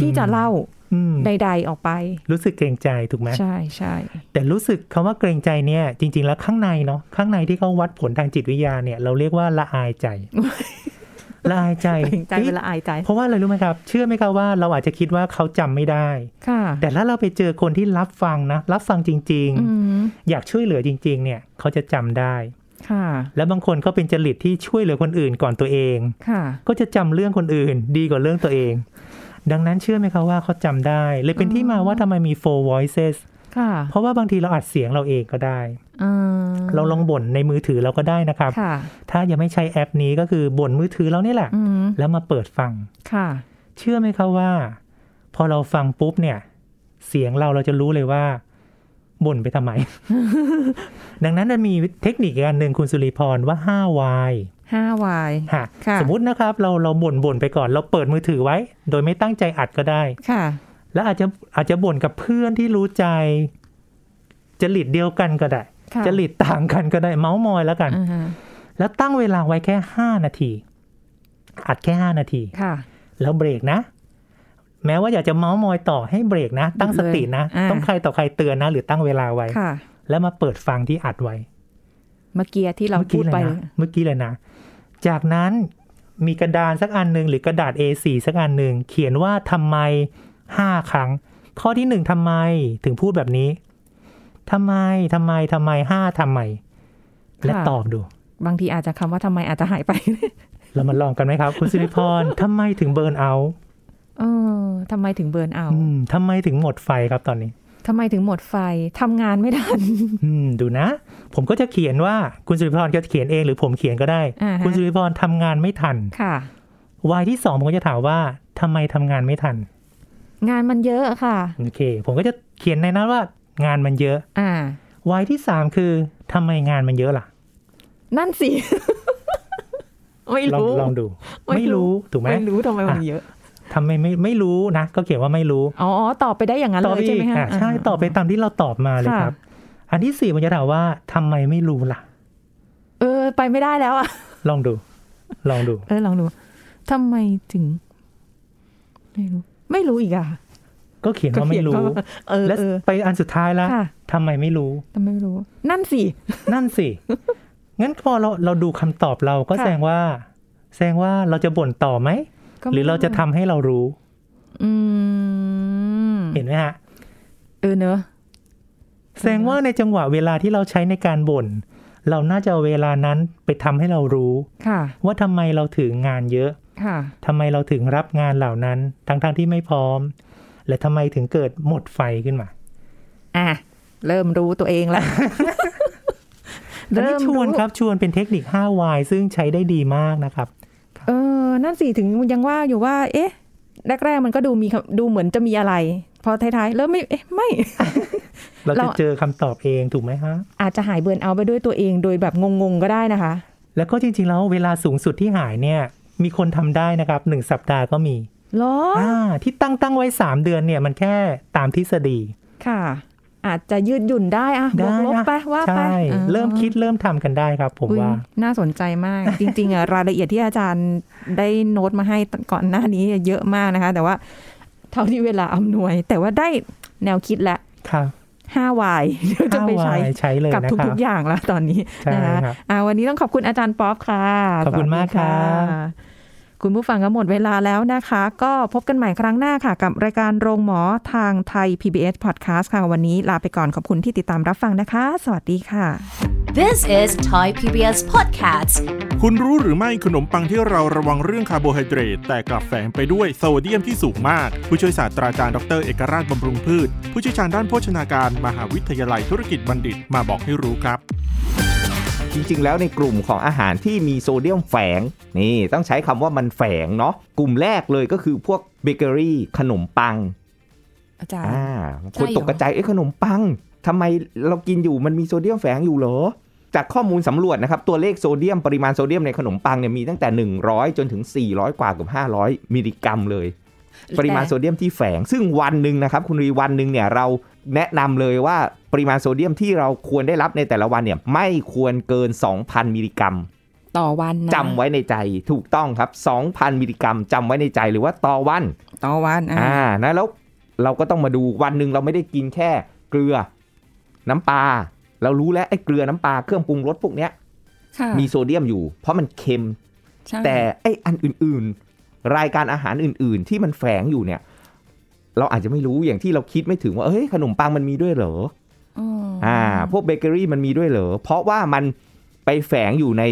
Speaker 3: ที่จะ
Speaker 2: อืม
Speaker 3: เล่า
Speaker 2: อืม
Speaker 3: ใด ๆออกไป
Speaker 2: รู้สึกเกรงใจถูกไหม
Speaker 3: ใช่ใช่
Speaker 2: แต่รู้สึกคำว่าเกรงใจเนี่ย จริง ๆ แล้วข้างในเนาะข้างในที่เขาวัดผลทางจิตวิทยาเนี่ย เราเรียกว่าละอายใจ ละอายใจ
Speaker 3: เกรงใจเวลาอายใจ
Speaker 2: เพราะว่าอะไรรู้ไหมครับ เชื่อไหมครับว่าเราอาจจะคิดว่าเขาจำไม่ได้
Speaker 3: ค่ะ
Speaker 2: แต่ถ้าเราไปเจอคนที่รับฟังนะรับฟังจริง
Speaker 3: อืม
Speaker 2: ๆ อยากช่วยเหลือจริง ๆ เนี่ยเขาจะจำได้
Speaker 3: ค่ะ
Speaker 2: และบางคนก็เป็นจริตที่ช่วยเหลือคนอื่นก่อนตัวเอง
Speaker 3: ค่ะ
Speaker 2: ก็จะจำเรื่องคนอื่นดีกว่าเรื่องตัวเอง ดังนั้นเชื่อไหมคะว่าเขาจำได้ เลยเป็นที่มาว่าทำไมมี four voices
Speaker 3: ค่ะ
Speaker 2: เพราะว่าบางทีเราอัดเสียงเราเองก็ได้
Speaker 3: เออ
Speaker 2: เราลองบ่นในมือถือเราก็ได้นะครับ
Speaker 3: ค่ะ
Speaker 2: ถ้ายังไม่ใช้แอปนี้ก็คือบ่นมือถือเราเนี่ยแหละ
Speaker 3: อืม
Speaker 2: แล้วมาเปิดฟัง
Speaker 3: ค่ะ
Speaker 2: เชื่อไหมคะว่า พอเราฟังปุ๊บเนี่ย เสียงเราเราจะรู้เลยว่าบ่นไปท ำไม ดังนั้นมันมีเทคนิคอีกอันหนึ่งคุณสุริพรว่า5 why
Speaker 3: ห้าวาย
Speaker 2: ฮะ
Speaker 3: ค่ะ
Speaker 2: สมมตินะครับเราเราบ่นบ่นไปก่อน เราเปิดมือถือไว้ โดยไม่ตั้งใจอัดก็ได้
Speaker 3: ค่ะ
Speaker 2: แล้วอาจจะอาจจะบ่นกับเพื่อนที่รู้ใจ จริตเดียวกันก็ได้
Speaker 3: ค่ะ
Speaker 2: จริตต่างกันก็ได้เมาส์มอยแล้วกัน
Speaker 3: อ่าฮะ
Speaker 2: แล้วตั้งเวลาไว้แค่ 5 นาที อัดแค่ 5 นาที
Speaker 3: ค่ะ
Speaker 2: แล้วเบรกนะ แม้ว่าอยากจะเมาส์มอยต่อให้เบรกนะ ตั้งสตินะ
Speaker 3: หยุดเลยอ่า
Speaker 2: ต้องใครต่อใครเตือนนะ หรือตั้งเวลาไว้
Speaker 3: ค่ะ
Speaker 2: แล้วมาเปิดฟังที่อัดไว้
Speaker 3: เมื่อกี้ที่เรา
Speaker 2: มื่อ
Speaker 3: พู
Speaker 2: กี้
Speaker 3: ดไป
Speaker 2: เลยนะเมื่อกี้เลยนะ จากนั้นมีกระดานสักอันหนึ่งหรือกระดาษ A4 สักอันหนึ่งเขียนว่าทำไมห้าครั้ง ข้อที่หนึ่งทำไมถึงพูดแบบนี้ทำไมทำไมทำไมห้าทำไม และตอบดู
Speaker 3: บางทีอาจจะคำว่าทำไมอาจจะหายไป
Speaker 2: เรามาลองกันไหมครับ คุณสิริพร ทำไมถึงเบิร์นเอาท์
Speaker 3: เออทำไมถึงเบิร์นเอา
Speaker 2: อืมทำไมถึงหมดไฟครับตอนนี้
Speaker 3: ทำไมถึงหมดไฟทำงานไม่ ทัน
Speaker 2: อืมดูนะ ผมก็จะเขียนว่าคุณสิริพรก็จะเขียนเองหรือผมเขียนก็ได้
Speaker 3: อ่าฮะ
Speaker 2: คุณสิริพรทำงานไม่ทัน
Speaker 3: ค่ะ
Speaker 2: วัยที่สองผมก็จะถามว่าทำไมทำงานไม่ทัน
Speaker 3: งานมันเยอะค่ะ
Speaker 2: โอเค ผมก็จะเขียนในนั้นว่างานมันเยอะ
Speaker 3: อ่า
Speaker 2: วัยที่สามคือทำไมงานมันเยอะล่ะ
Speaker 3: นั่นสิ ไม่
Speaker 2: ลอง
Speaker 3: รู้
Speaker 2: ลองดู
Speaker 3: ไม่
Speaker 2: ไม่
Speaker 3: รู้
Speaker 2: รู้ถูกไหม
Speaker 3: ไม่รู้ทำไมมันเยอะ
Speaker 2: ทำไมไม่ไม่รู้นะ ก็เขียนว่าไม่รู้
Speaker 3: อ๋ออ๋อตอบไปได้อย่างนั้น
Speaker 2: ตอ
Speaker 3: เล
Speaker 2: บ
Speaker 3: ยใช่
Speaker 2: อีก
Speaker 3: ไหมฮะ
Speaker 2: อ่ะใช่
Speaker 3: า
Speaker 2: ตอบไปตามที่เราตอบมาเลย
Speaker 3: ค่ะ
Speaker 2: ครับ อันที่สี่ผมจะถามว่าทำไมไม่รู้ล่ะ
Speaker 3: เออ ไปไม่ได้แล้วอ่ะ
Speaker 2: ลองดู ลองดู
Speaker 3: เออลองดูทำไมถึง ไม่รู้ ไม่รู้อีกอ่ะ
Speaker 2: ก็เขียนว่าไม่
Speaker 3: ก็
Speaker 2: รู้
Speaker 3: เขียนว่าเออ
Speaker 2: และ
Speaker 3: เออ
Speaker 2: ไปอันสุดท้ายละ
Speaker 3: ค่ะ
Speaker 2: ทำไมไม่รู้
Speaker 3: ทำไมไม่รู้ นั่นสิ
Speaker 2: นั่นสิ งั้นพอเราเราดูคำตอบเราก็
Speaker 3: ค่ะ
Speaker 2: แสดงว่า แสดงว่าเราจะบ่นต่อไหม
Speaker 3: ก็
Speaker 2: หรือเราจะทำให้เรารู้
Speaker 3: อืม
Speaker 2: เห็นไหมฮะ
Speaker 3: เออเนอะ
Speaker 2: แสดงว่าในจังหวะเวลาที่เราใช้ในการบ่น เราน่าจะเอาเวลานั้นไปทำให้เรารู้
Speaker 3: ค่ะ
Speaker 2: ว่าทำไมเราถึงงานเยอะ
Speaker 3: ค่ะ
Speaker 2: ทำไมเราถึงรับงานเหล่านั้น ทั้งๆทที่ไม่พร้อม และทำไมถึงเกิดหมดไฟขึ้นมา
Speaker 3: อ่ะ เริ่มรู้ตัวเอง แล้ว
Speaker 2: อันนี้ชวน
Speaker 3: รู้
Speaker 2: ครับชวนเป็นเทคนิค 5 y ซึ่งใช้ได้ดีมากนะครับ
Speaker 3: เออ นั่นสิ ถึงยังว่าอยู่ว่า เอ๊ะ แรกๆ มันก็ดูมีคำดูเหมือนจะมีอะไร พอท้ายๆ เริ่มไม่ เอ๊ะ ไม่
Speaker 2: เรา
Speaker 3: เรา
Speaker 2: จะเจอคำตอบเองถูกไหมฮะ
Speaker 3: อาจจะหายเบิร์นเอาท์ไปด้วยตัวเอง โดยแบบงงๆ ก็ได้นะคะ
Speaker 2: แล้วก็จริงๆแล้วเวลาสูงสุดที่หายเนี่ย มีคนทำได้นะครับหนึ่งสัปดาห์ก็มี
Speaker 3: เหรอ
Speaker 2: อ่าที่ตั้งตั้งไว้สามเดือนเนี่ยมันแค่ตามทฤษฎี
Speaker 3: ค่ะ อาจจะยืดหยุ่นได้อะบว
Speaker 2: ได้
Speaker 3: กลบ
Speaker 2: นะ
Speaker 3: ไปว่าไป
Speaker 2: ใช่
Speaker 3: ออ
Speaker 2: เริ่มคิดเริ่มทำกันได้ครับ ผม
Speaker 3: อุ๊ย
Speaker 2: ว่า
Speaker 3: น่าสนใจมาก จริงๆอะรายละเอียดที่อาจารย์ได้โน้ตมาให้ก่อนหน้านี้เยอะมากนะคะ แต่ว่า เท่าที่เวลาอำนวย แต่ว่าได้แนวคิดละ
Speaker 2: ครับ
Speaker 3: 5วายเดี๋ยวจะไปใช้
Speaker 2: 5Y ใช้เลย
Speaker 3: กับ
Speaker 2: นะครั
Speaker 3: ทุ
Speaker 2: บ
Speaker 3: กๆอย่างแล้วตอนนี้
Speaker 2: ใช่
Speaker 3: นะคะ
Speaker 2: ครับ
Speaker 3: อ่าวันนี้ต้องขอบคุณอาจารย์ป๊อปค่ะ
Speaker 2: ขอบคุณ
Speaker 3: สวัสดี
Speaker 2: มากครับ
Speaker 3: ะคุณผู้ฟังก็หมดเวลาแล้วนะคะ ก็พบกันใหม่ครั้งหน้าค่ะ กับรายการโรงหมอทางไทย PBS Podcast ค่ะ วันนี้ลาไปก่อนขอบคุณที่ติดตามรับฟังนะคะ สวัสดีค่ะ
Speaker 1: This is Thai PBS Podcast.
Speaker 5: คุณรู้หรือไม่ขนมปังที่เราระวังเรื่องคาร์โบไฮเดรตแต่กลับแฝงไปด้วยโซเดียมที่สูงมาก ผู้ช่วยศาสตราจารย์ดรเอกราชบำรุงพืช ผู้เชี่ยวชาญด้านโภชนาการมหาวิทยาลัยธุรกิจบัณฑิตมาบอกให้รู้ครับ
Speaker 6: จริงๆ แล้วในกลุ่มของอาหารที่มีโซเดียมแฝง นี่ต้องใช้คำว่ามันแฝงเนาะกลุ่มแรกเลยก็คือพวกเบเกอรี่ขนมปัง
Speaker 3: อาจารย์
Speaker 6: อ่าคนตกกระจายเอ้ขนมปังทำไมเรากินอยู่มันมีโซเดียมแฝงอยู่เหรอ จากข้อมูลสำรวจนะครับ ตัวเลขโซเดียมปริมาณโซเดียมในขนมปังเนี่ยมีตั้งแต่ 100 จนถึง 400 กว่าเกับ 500 มิลลิกรัมเลย ปริมาณโซเดียมที่แฝง ซึ่งวันหนึ่งนะครับ คุณรีวันหนึ่งเนี่ยเราแนะนำเลยว่าปริมาณโซเดียมที่เราควรได้รับในแต่ละวันเนี่ยไม่ควรเกิน 2,000 มิลลิกรัม
Speaker 3: ต่อวันนะ
Speaker 6: จำไว้ในใจถูกต้องครับ 2,000 มิลลิกรัมจำไว้ในใจหรือว่าต่อวัน
Speaker 3: ต่อวันอ่า
Speaker 6: อ่านะแล้วเราก็ต้องมาดูวันหนึ่งเราไม่ได้กินแค่เกลือ น้ำปลาเรารู้แล้วไอ้เกลือน้ำปลาเครื่องปรุงรสพวกเนี้ย
Speaker 3: ค่ะ
Speaker 6: มีโซเดียมอยู่ เพราะมันเค็ม
Speaker 3: ใช่
Speaker 6: แต่ไอ้อันอื่นๆ รายการอาหารอื่นๆ ที่มันแฝงอยู่เนี่ย เราอาจจะไม่รู้อย่างที่เราคิดไม่ถึงว่าเฮ้ยขนมปังมันมีด้วยเหรอ
Speaker 3: อ๋อ
Speaker 6: อ่า พวกเบเกอรี่มันมีด้วยเหรอ เพราะว่ามันไปแฝงอยู่ใน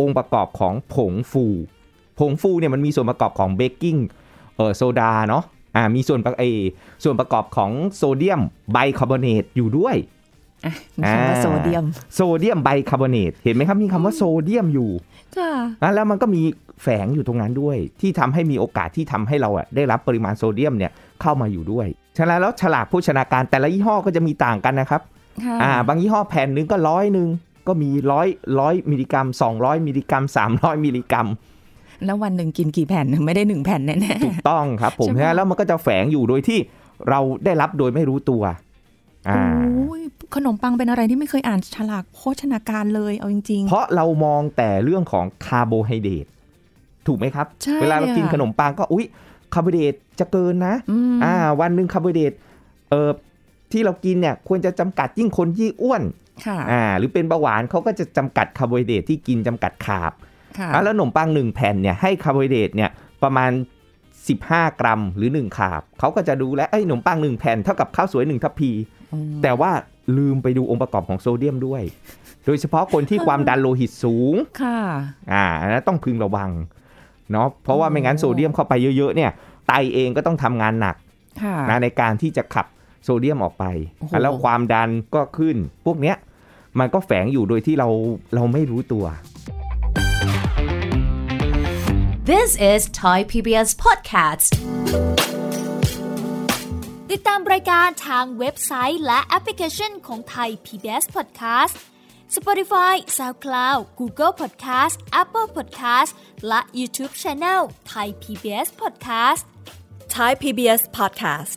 Speaker 6: องค์ประกอบของผงฟู ผงฟูเนี่ยมันมีส่วนประกอบของเบกกิ้ง เออโซดาเนาะ อ่า มีส่วนประเอยส่วนประกอบของโซเดียมไบคาร์บอเนตอยู่ด้วย
Speaker 3: มีคำว่า
Speaker 6: อ่า
Speaker 3: โซเดียม
Speaker 6: โซเดียมไบคาร์บอเนต เห็นไหมครับ มีคำว่าโซเดียมอยู่
Speaker 3: ค่ะ
Speaker 6: อ่ะแล้วมันก็มีแฝงอยู่ตรงนั้นด้วย ที่ทำให้มีโอกาสที่ทำให้เราอ่ะได้รับปริมาณโซเดียมเนี่ยเข้ามาอยู่ด้วย ฉะนั้นแล้วฉลากโภชนาการแต่ละยี่ห้อก็จะมีต่างกันนะครับ
Speaker 3: ค่ะ
Speaker 6: อ่าบางยี่ห้อแผ่นหนึงก็ร้อยหนึ่ง ก็มีร้อยร้อยมิลลิกรัม 200 มิลลิกรัม 300 มิลลิกรัม
Speaker 7: แล้ววันหนึ่งกินกี่แผ่นไม่ได้หนึ่งแผ่นแน่
Speaker 6: ถูกต้องครับผม
Speaker 7: ใช่ไหม
Speaker 6: ฮะแล้วมันก็จะแฝงอยู่โดยที่เราได้รับโดยไม่รู้ตัว
Speaker 7: ๆ
Speaker 6: อ่า
Speaker 7: โอ้ยขนมปังเป็นอะไรที่ไม่เคยอ่านฉลากโภชนาการเลยเอาจริง
Speaker 6: เพราะเรามองแต่เรื่องของคาร์โบไฮเดรตถูกไหมครับ
Speaker 7: ใช่
Speaker 6: เวลาเรากิน
Speaker 7: ค่ะ
Speaker 6: ขนมปังก็อุ๊ยคาร์โบไฮเดรตจะเกินนะ
Speaker 7: ๆอืม
Speaker 6: อ่าวันหนึ่งคาร์โบไฮเดรตเออที่เรากินเนี่ยควรจะจำกัดยิ่งคนยิ่งอ้วน
Speaker 7: ค่ะ
Speaker 6: อ่าหรือเป็นเบาหวานเขาก็จะจำกัดคาร์โบไฮเดรตที่กินจำกัดคาร์บ
Speaker 7: ค่ะ
Speaker 6: อ่ะแล้วขนมปังหนึ่งแผ่นเนี่ยให้คาร์โบไฮเดรตเนี่ยประมาณ 15 กรัมหรือ 1 คาร์บเขาก็จะดูแลไอ้ยขนมปังหนึ่งแผ่นเท่ากับข้าวสวยหนึ่งทัพพี
Speaker 7: อืม
Speaker 6: แต่ว่าลืมไปดูองค์ประกอบของโซเดียมด้วย โดยเฉพาะคนที่ความดันโลหิตสูง
Speaker 7: ค่ะ
Speaker 6: อ่าอันนั้นต้องพึงระวังเนาะเพราะว่าไม่งั้นโซเดียมเข้าไปเยอะๆเนี่ยไตเองก็ต้องทำงานหนัก
Speaker 7: ค่ะ
Speaker 6: นะในการที่จะขับโซเดียมออกไป
Speaker 7: โอ้โห
Speaker 6: แล้วความดันก็ขึ้น พวกเนี้ยมันก็แฝงอยู่โดยที่เราเราไม่รู้ตัว
Speaker 1: This is Thai PBS Podcast.
Speaker 8: ติดตามรายการทางเว็บไซต์และแอปพลิเคชันของไทย PBS Podcast Spotify SoundCloud Google Podcast Apple Podcast และ YouTube Channel Thai PBS Podcast
Speaker 9: Thai PBS podcast.